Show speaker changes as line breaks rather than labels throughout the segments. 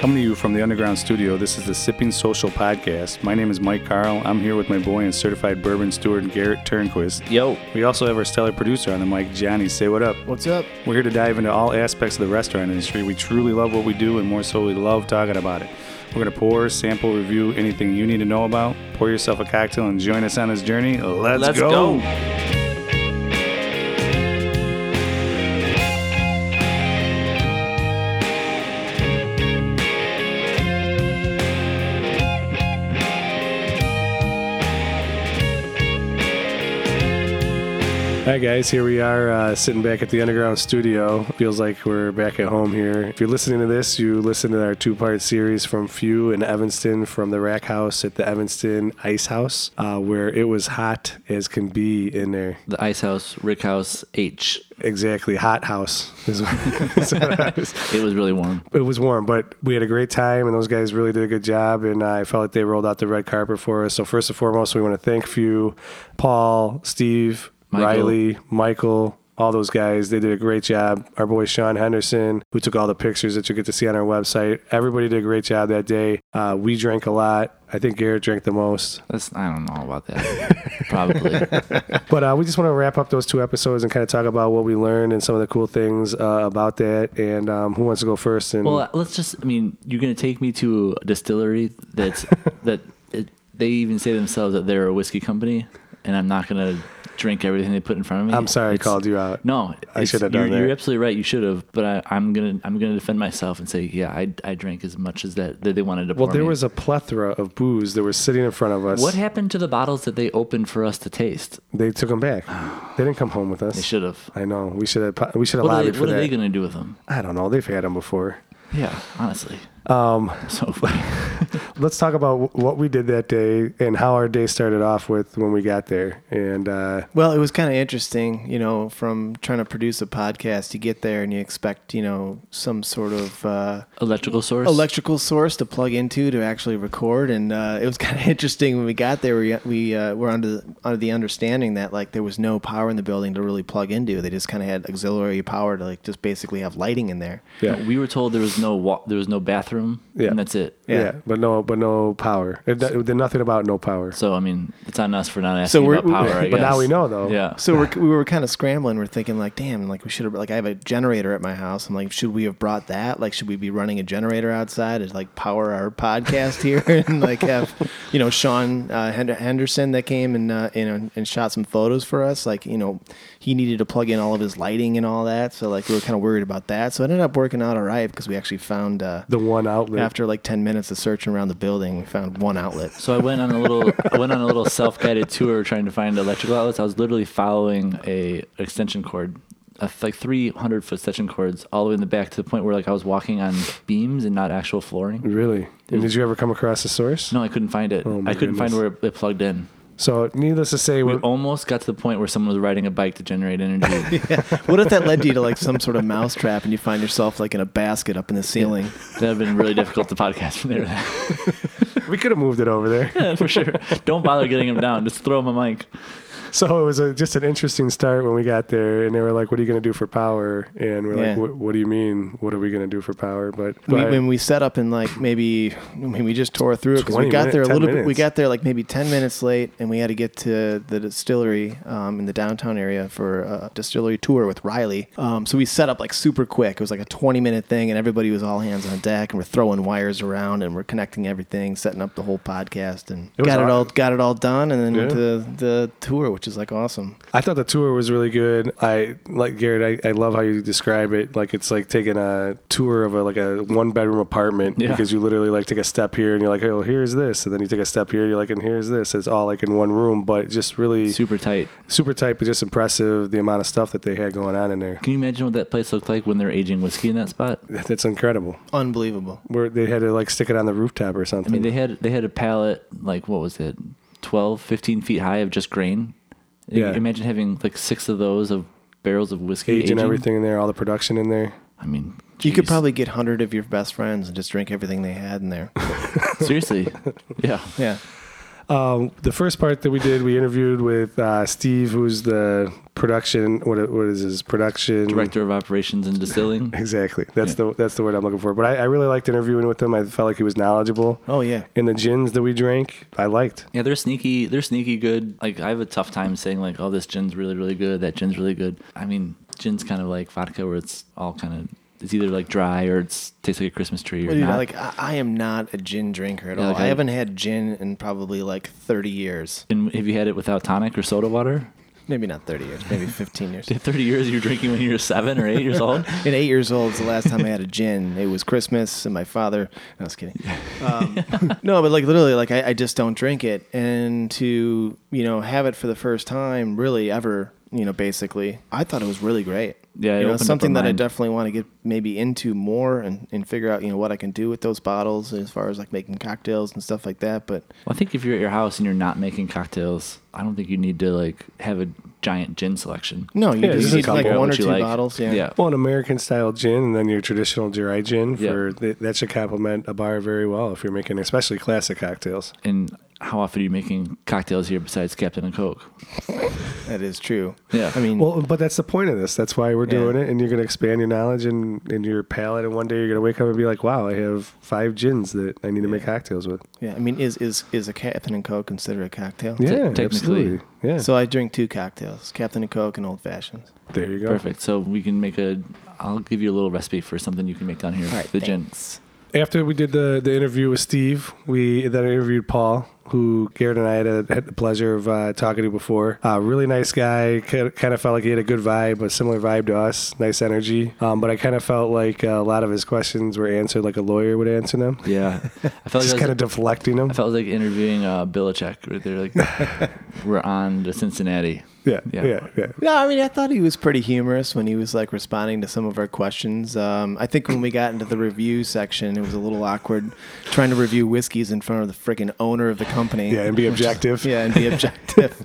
Coming to you from the Underground Studio, this is the Sipping Social Podcast. My name is Mike Carl. I'm here with my boy and certified bourbon steward, Garrett Turnquist.
Yo.
We also have our stellar producer on the mic, Johnny. Say what up.
What's up?
We're here to dive into all aspects of the restaurant industry. We truly love what we do, and more so, we love talking about it. We're going to pour, sample, review anything you need to know about. Pour yourself a cocktail and join us on this journey. Let's,
Let's
go.
go.
Hi guys, here we are uh, sitting back at the underground studio. Feels like we're back at home here. If you're listening to this, you listen to our two-part series from Few and Evanston from the Rack House at the Evanston Ice House, uh, where it was hot as can be in there.
The Ice House, Rick House, H.
Exactly, hot house. Is what, is what I was-
It was really warm.
it was warm, but we had a great time, and those guys really did a good job. And I felt like they rolled out the red carpet for us. So first and foremost, we want to thank Few, Paul, Steve,
Michael.
Riley, Michael. All those guys, they did a great job. Our boy Sean Henderson, who took all the pictures that you get to see on our website. Everybody did a great job that day. Uh, we drank a lot. I think Garrett drank the most.
That's I don't know about that. Probably.
But uh, we just want to wrap up those two episodes and kind of talk about what we learned and some of the cool things uh, about that. And um, who wants to go first? And
Well, uh, let's just. I mean, you're gonna take me to a distillery that's that it, they even say themselves that they're a whiskey company, and I'm not gonna drink everything they put in front of me.
I'm sorry
It's-
I called you out.
No,
I
it's-
should have done
you're,
that.
You're absolutely right. You should have, but I, I'm gonna I'm gonna defend myself and say, yeah, I, I drank as much as that, that they wanted to.
Well,
pour
there
me.
was a plethora of booze that were sitting in front of us.
What happened to the bottles that they opened for us to taste?
They took them back. They didn't come home with us.
They should have.
I know. We should have. po- We should have
What, are
lobbied
they,
for
what are
that.
they gonna do with them?
I don't know. They've had them before.
Yeah, honestly. Um, so
Let's talk about wh- what we did that day and how our day started off with when we got there. And uh,
Well, it was kind of interesting, you know, from trying to produce a podcast, you get there and you expect, you know, some sort of uh,
electrical source.
electrical source to plug into to actually record. And uh, it was kind of interesting when we got there. We we uh, were under the, under the understanding that like there was no power in the building to really plug into. They just kind of had auxiliary power to like just basically have lighting in there.
yeah,
We were told there was no wa- there was no bathroom,
Yeah.
and that's it.
yeah,
Yeah.
but no, but no power. It, it, did nothing about no power.
So I mean, it's on us for not asking
So we're-
about power. I
but now
guess.
we know, though.
Yeah.
So we're, we were kind of scrambling. We're thinking like, damn, like we should have like I have a generator at my house. I'm like, should we have brought that? Like, should we be running a generator outside to like power our podcast here and like have you know Sean uh, Hen- Henderson that came and uh, you know and shot some photos for us. Like you know he needed to plug in all of his lighting and all that. So like we were kind of worried about that. So it ended up working out all right because we actually found uh,
The one outlet.
after like ten minutes of searching around the building, we found one outlet.
So I went on a little I went on a little self guided tour trying to find electrical outlets. I was literally following a extension cord, a, like three hundred foot extension cords, all the way in the back to the point where like I was walking on beams and not actual flooring.
Really? And did you ever come across the source?
No, I couldn't find it.
Oh my
I couldn't
goodness.
find where it, it plugged in.
So, needless to say,
We
we're,
almost got to the point where someone was riding a bike to generate energy.
what if that led you to like some sort of mousetrap and you find yourself like in a basket up in the ceiling?
That'd have been really difficult to podcast from there.
we could have moved it over there.
for sure. Don't bother getting him down. Just throw him a mic.
So it was a, just an interesting start when we got there, and they were like, "What are you going to do for power?" And we're like,
Yeah.
"What- "What do you mean? What are we going to do for power?" But,
we,
but
when we set up and like maybe I mean, we just tore through it because
20
we got
minute-
there a
10
little bit. We
minutes.
got there like maybe ten minutes late, and we had to get to the distillery um, in the downtown area for a distillery tour with Riley. Um, so we set up like super quick. It was like a twenty minute thing, and everybody was all hands on deck, and we're throwing wires around, and we're connecting everything, setting up the whole podcast, and
It was
got
aw-
it all got it all done, and then went
Yeah.
to the tour, which is like awesome.
I thought the tour was really good. I like Garrett. I, I love how you describe it. Like it's like taking a tour of a, like a one bedroom apartment
Yeah.
because you literally like take a step here and you're like, "Oh, here's this," and then you take a step here, you're like, "And here's this." It's all like in one room, but just really
Super
super,
tight.
tight, but just impressive the amount of stuff that they had going on in there.
Can you imagine what that place looked like when they're aging whiskey in that spot?
That's incredible.
Unbelievable.
Where they had to like stick it on the rooftop or
I
something.
mean, they had they had a pallet like what was it, 12, 15 feet high of just grain.
Yeah.
Yeah. Imagine having like six of those of barrels of whiskey
Age
aging.
and everything in there, all the production in there.
I mean,
You could
jeez.
probably get hundred of your best friends and just drink everything they had in there.
seriously, yeah.
Yeah.
Um, the first part that we did, we interviewed with uh, Steve, who's the production. What what is his production
Director of Operations and Distilling.
Exactly. That's the that's the word I'm looking for. But I, I really liked interviewing with him. I felt like he was knowledgeable.
Oh, yeah.
And the gins that we drank, I liked.
Yeah, they're sneaky. They're sneaky good. Like I have a tough time saying like, oh, this gin's really really good. That gin's really good. I mean, gin's kind of like vodka, where it's all kind of it's either like dry or it's tastes like a Christmas tree or
But, dude,
not.
like I, I am not a gin drinker at
Yeah,
all.
like
I,
I-
haven't had gin in probably like 30 years.
and have you had it without tonic or soda water?
Maybe not 30 years, maybe 15 years.
Did 30 years you're drinking when you're seven or eight years old?
At eight years old, is the last time I had a gin. It was Christmas, and my father. No, I was kidding. Um, no, but like literally, like I, I just don't drink it, and to you know have it for the first time, really ever, you know, basically, I thought it was really great.
Yeah, it
you know,
opened up
something
my
that I
mind.
definitely want to get maybe into more and, and figure out you know what I can do with those bottles as far as like making cocktails and stuff like that. But
Well, I think if you're at your house and you're not making cocktails, I don't think you need to like have a giant gin selection.
no, you
Yeah, just
just
a
need like
couple.
one or
What you
two
like.
bottles. Yeah,
Yeah.
Well, an American style gin, and then your traditional dry gin
Yeah.
for th- that should complement a bar very well if you're making especially classic cocktails.
And how often are you making cocktails here besides Captain and Coke?
that is true.
Yeah.
I mean,
Well, but that's the point of this. That's why we're
Yeah.
doing it, and you're going to expand your knowledge and, and your palate. And one day you're going to wake up and be like, "Wow, I have five gins that I need to make cocktails with."
yeah, I mean, is is is a Captain and Coke considered a cocktail?
Yeah,
technically.
absolutely. Yeah.
So I drink two cocktails, Captain and Coke and Old Fashions.
there you go.
Perfect. So we can make a. I'll give you a little recipe for something you can make down here.
All right,
the
thanks.
After we did the, the interview with Steve, we then interviewed Paul, who Garrett and I had, had the pleasure of uh, talking to before. Uh, really nice guy. Kind of felt like he had a good vibe, a similar vibe to us. Nice energy. Um, but I kind of felt like uh, a lot of his questions were answered like a lawyer would answer them.
gin. Yeah. I felt like I
Just
was,
kind of deflecting them.
I felt like interviewing uh, Billichek. Right? They're like, we're on to Cincinnati.
Yeah,
Yeah.
yeah, yeah.
No, I mean, I thought he was pretty humorous when he was like responding to some of our questions. Um, I think when we got into the review section, it was a little awkward trying to review whiskeys in front of the freaking owner of the company.
Yeah, and be
Which is-
objective.
yeah, and be objective.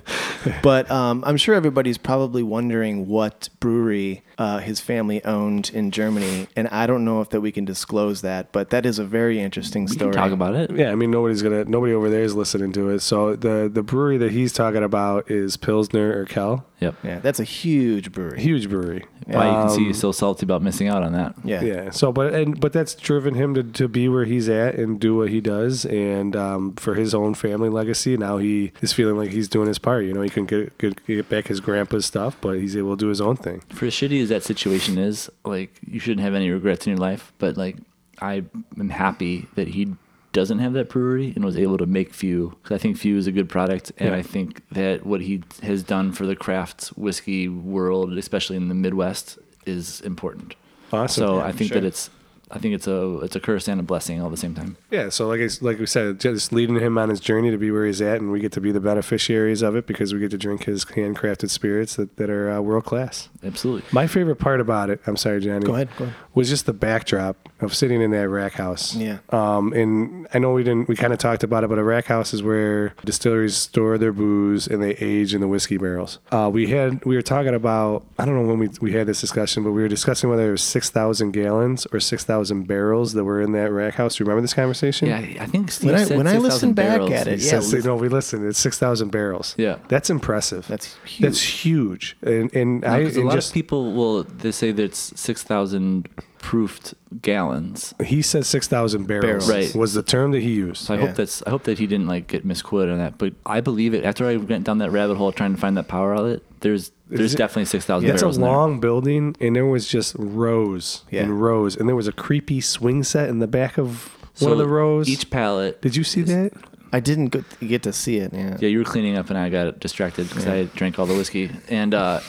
but um, I'm sure everybody's probably wondering what brewery uh, his family owned in Germany, and I don't know if that we can disclose that, but that is a very interesting
We
story.
can talk about it.
Yeah, I mean nobody's gonna nobody over there is listening to it. So the the brewery that he's talking about is Pilsner Urquell,
Yep.
Yeah, that's a huge brewery.
huge brewery.
Why you can see he's so salty about missing out on that.
Yeah.
yeah so but and but that's driven him to, to be where he's at and do what he does and um, for his own family legacy now he is feeling like he's doing his part you know he can get, get, get back his grandpa's stuff but he's able to do his own thing
for as shitty as that situation is, like you shouldn't have any regrets in your life. But like I am happy that he doesn't have that brewery and was able to make Few because I think Few is a good product, and
Yeah.
I think that what he has done for the craft whiskey world, especially in the Midwest, is important.
Awesome.
So
Yeah,
I think
sure.
that it's, I think it's a it's a curse and a blessing all at the same time.
yeah so like I, s- like we said just leading him on his journey to be where he's at and we get to be the beneficiaries of it because we get to drink his handcrafted spirits that, that are uh, world class
Absolutely.
my favorite part about it, I'm sorry, Johnny.
Go ahead, go ahead.
Was just the backdrop of sitting in that rack house.
Yeah.
Um, and I know we didn't, we kind of talked about it, but a rack house is where distilleries store their booze and they age in the whiskey barrels. Uh, we had, we were talking about, I don't know when we, we had this discussion, but we were discussing whether it was 6,000 gallons or 6,000 barrels that were in that rack house. Do you remember this conversation?
Yeah, I think Steve
When I-
said
when I
6,000
listen back
barrels.
at it,
It
yeah,
says-
listen-
no, we listened. It's 6,000 barrels.
Yeah.
That's impressive.
That's
That's huge. And, and I,
Because a
and
lot
just,
of people will they say that it's six thousand proofed gallons.
he said 6,000 barrels,
Barrels.
Right.
was the term that he used.
So I
Yeah.
hope that's I hope that he didn't like get misquoted on that. But I believe it. After I went down that rabbit hole trying to find that power outlet, there's there's
it-
definitely six thousand
That's a
barrels in there.
long building, and there was just rows
Yeah.
and rows, and there was a creepy swing set in the back of one of the rows.
Each pallet.
Did you see that?
I didn't go- get to see it. Yeah.
Yeah, you were cleaning up, and I got distracted because I drank all the whiskey. And uh,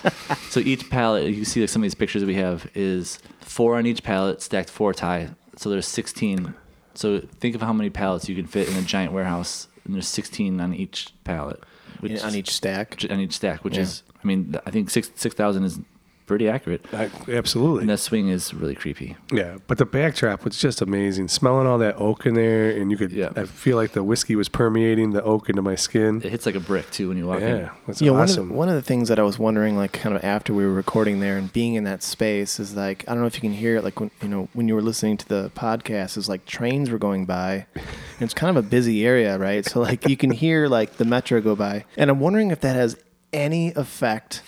so each pallet, you see like some of these pictures we have is four on each pallet, stacked four high. So there's sixteen. So think of how many pallets you can fit in a giant warehouse, and there's sixteen on each pallet. Which
In- on
is-
each stack.
on each stack, which
Yeah.
is, I mean, th- I think six six thousand is pretty accurate.
I, absolutely.
And that swing is really creepy.
Yeah, but the backdrop was just amazing. Smelling all that oak in there, and you could,
Yeah.
I feel like the whiskey was permeating the oak into my skin.
It hits like a brick too when you walk in.
Yeah, that's
you know,
awesome.
one, of the, one of the things that I was wondering, like, kind of after we were recording there and being in that space, is like, I don't know if you can hear it, like, when you know, when you were listening to the podcast, is like trains were going by, and it's kind of a busy area, right? So like, you can hear like the metro go by, and I'm wondering if that has any effect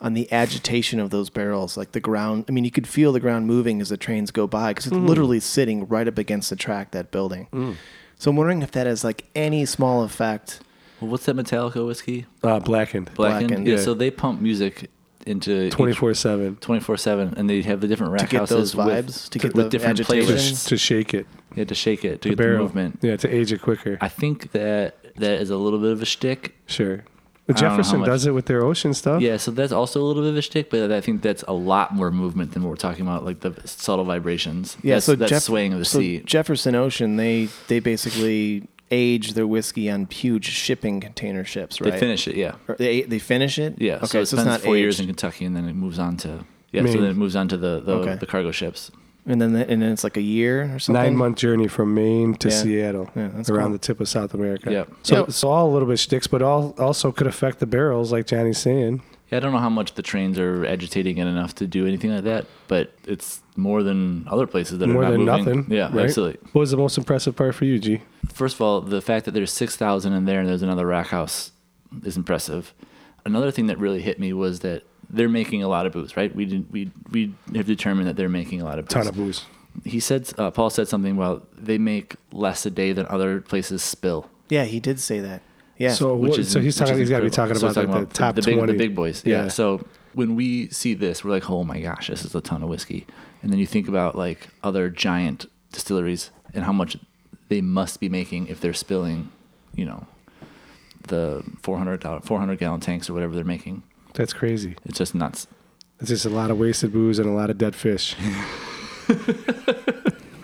on the agitation of those barrels, like the ground. I mean, you could feel the ground moving as the trains go by because it's
Hmm.
literally sitting right up against the track that building. So I'm wondering if that has like any small effect.
Well, what's that Metallica whiskey?
uh, blackened.
Blackened.
Blackened,
yeah.
yeah.
So they pump music into
Twenty four seven
24 7 and they have the different rack
get
houses
those vibes,
with,
to get
with
the
different
agitation.
playlists.
to shake it.
You had to shake it to
The
get the
barrel
movement.
Yeah, to age it quicker.
I think that that is a little bit of a shtick.
sure. The
don't know how
Jefferson
much-
does it with their ocean stuff.
Yeah, so that's also a little bit of a shtick, but I think that's a lot more movement than what we're talking about, like the subtle vibrations.
Yeah,
that's,
so
that
Jeff-
swaying of the
so
sea.
Jefferson Ocean, they they basically age their whiskey on huge shipping container ships, right?
They finish it, yeah.
Or They they finish it.
Yeah,
Okay,
so
so,
it
it's
spends
not
four years in
aged.
Kentucky and then it moves on to yeah, so
Maine.
then it moves on to the the,
Okay.
the cargo ships.
and then the, and then it's like a year or something.
Nine month journey from Maine to
Yeah.
Seattle,
Yeah, that's
around
cool.
the tip of South America.
Yep.
So,
Yeah.
so all a little bit sticks, but all also could affect the barrels, like Johnny's saying.
Yeah, I don't know how much the trains are agitating it enough to do anything like that, but it's more than other places that
More
are not
than
moving.
nothing.
Yeah,
right?
absolutely.
What was the most impressive part for you, G?
First of all, the fact that there's 6,000 in there and there's another rack house is impressive. Another thing that really hit me was that they're making a lot of booze, right? We did, we we have determined that they're making a lot of booze.
Ton of booze.
He said uh, Paul said something about they make less a day than other places spill.
Yeah, he did say that. Yeah.
So,
which
what,
is-
so he's
which
talking.
is
He's got to be talking
incredible.
about,
So
like, the, top
big,
twenty,
the big boys. Yeah.
Yeah.
So when we see this, we're like, oh my gosh, this is a ton of whiskey. And then you think about like other giant distilleries and how much they must be making if they're spilling, you know, the 400 gal- 400 gallon tanks or whatever they're making.
That's crazy.
It's just nuts.
It's just a lot of wasted booze and a lot of dead fish.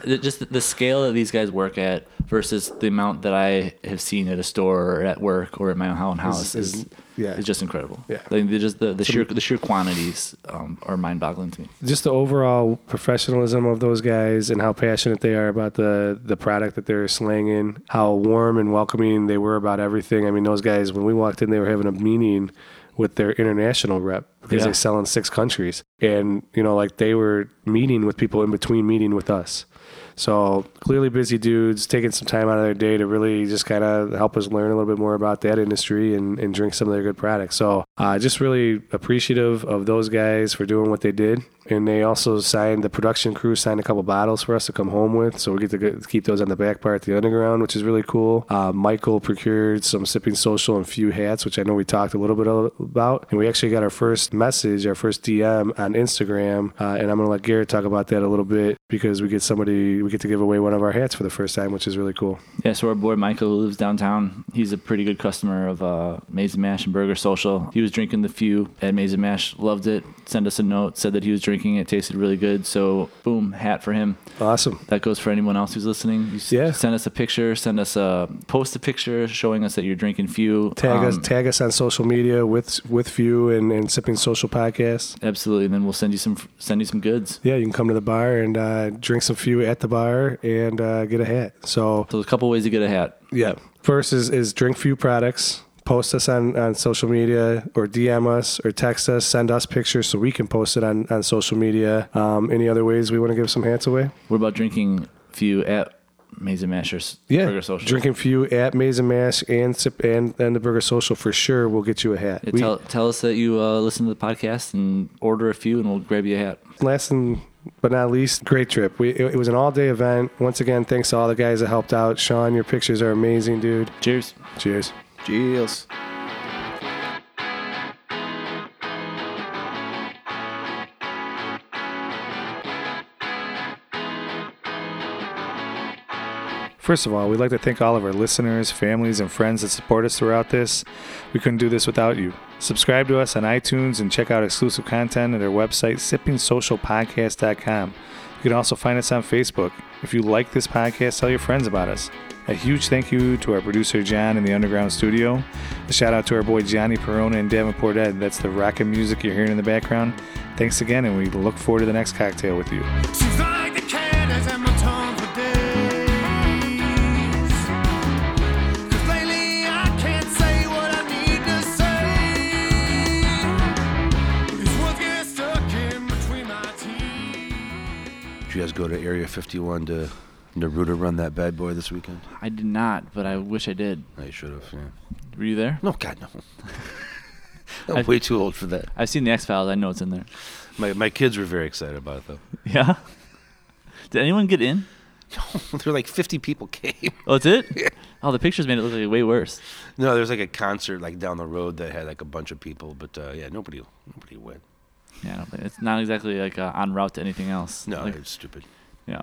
It- Just the scale that these guys work at versus the amount that I have seen at a store or at work or at my own house
is-
is,
yeah.
is just incredible.
Yeah.
like they're just the, the sheer the sheer quantities um, are mind boggling to me.
just the overall professionalism of those guys and how passionate they are about the the product that they're slanging, how warm and welcoming they were about everything. I mean, those guys when we walked in, they were having a meeting with their international rep because
Yeah.
they sell in six countries, and you know, like they were meeting with people in between meeting with us. So clearly, busy dudes taking some time out of their day to really just kind of help us learn a little bit more about that industry and, and drink some of their good products. So uh, just really appreciative of those guys for doing what they did. And they also signed the production crew signed a couple bottles for us to come home with, so we get to go- keep those on the back part of the underground, which is really cool. Uh, Michael procured some sipping social and few hats, which I know we talked a little bit about, and we actually got our first message, our first DM on Instagram, uh, and I'm gonna let Garrett talk about that a little bit because we get somebody, we get to give away one of our hats for the first time, which is really cool.
Yeah, so our boy Michael who lives downtown, he's a pretty good customer of uh, Maize and Mash and Burger Social. He was drinking the few at Maize and Mash, loved it. Sent us a note, said that he was drinking it, tasted really good. So boom, hat for him.
Awesome.
That goes for anyone else who's listening. You s-
Yeah.
Send us a picture. Send us a post a picture showing us that you're drinking few.
Tag us,
Um,
tag us on social media with with Few and, and Sipping Social Podcast.
Absolutely, and then we'll send you some f- send you some goods.
Yeah, you can come to the bar and uh, drink some Few at the bar and uh, get a hat. So
So there's a couple ways to get a hat.
yeah, first is is drink Few products. Post us on, on social media or DM us or text us, send us pictures so we can post it on, on social media. Um, any other ways we want to give some hats away?
What about drinking few at Maize and Mash or s-
Yeah.
Burger Social?
Drinking Few at Maze and Mash and, Sip and, and the Burger Social for sure will get you a hat.
Yeah,
We-
tell, tell us that you uh, listen to the podcast and order a few, and we'll grab you a hat.
last and but not least, great trip. We, it, it was an all day event. Once again, thanks to all the guys that helped out. Sean, your pictures are amazing, dude.
Cheers.
Cheers.
Jeez.
First of all, we'd like to thank all of our listeners, families, and friends that support us throughout this. We couldn't do this without you. Subscribe to us on iTunes and check out exclusive content at our website, sippingsocialpodcast.com. You You can also find us on Facebook. If you like this podcast, tell your friends about us. A huge thank you to our producer John in the Underground Studio. A shout out to our boy Johnny Perona and Davenport Ed. That's the rockin' music you're hearing in the background. Thanks again, and we look forward to the next cocktail with you.
She's like the caddies and my tongue for days. 'Cause lately I can't say what I need to say. These words get stuck in between my teeth.
Did you guys go to Area 51 to Naruto run that bad boy this weekend?
I did not, but I wish I did.
I should have. Yeah.
Were you there?
No, God, no. I'm
I-
way too old for that.
I've seen the X Files. I know it's in there.
My my kids were very excited about it though.
Yeah. Did anyone get in?
there were like 50 people came.
Oh, it's it. Oh, the pictures made it look like way worse.
No, there's like a concert like down the road that had like a bunch of people, but uh, yeah, nobody nobody went.
Yeah, I don't think, it's not exactly like uh, en route to anything else.
No,
Like,
it's stupid.
yeah.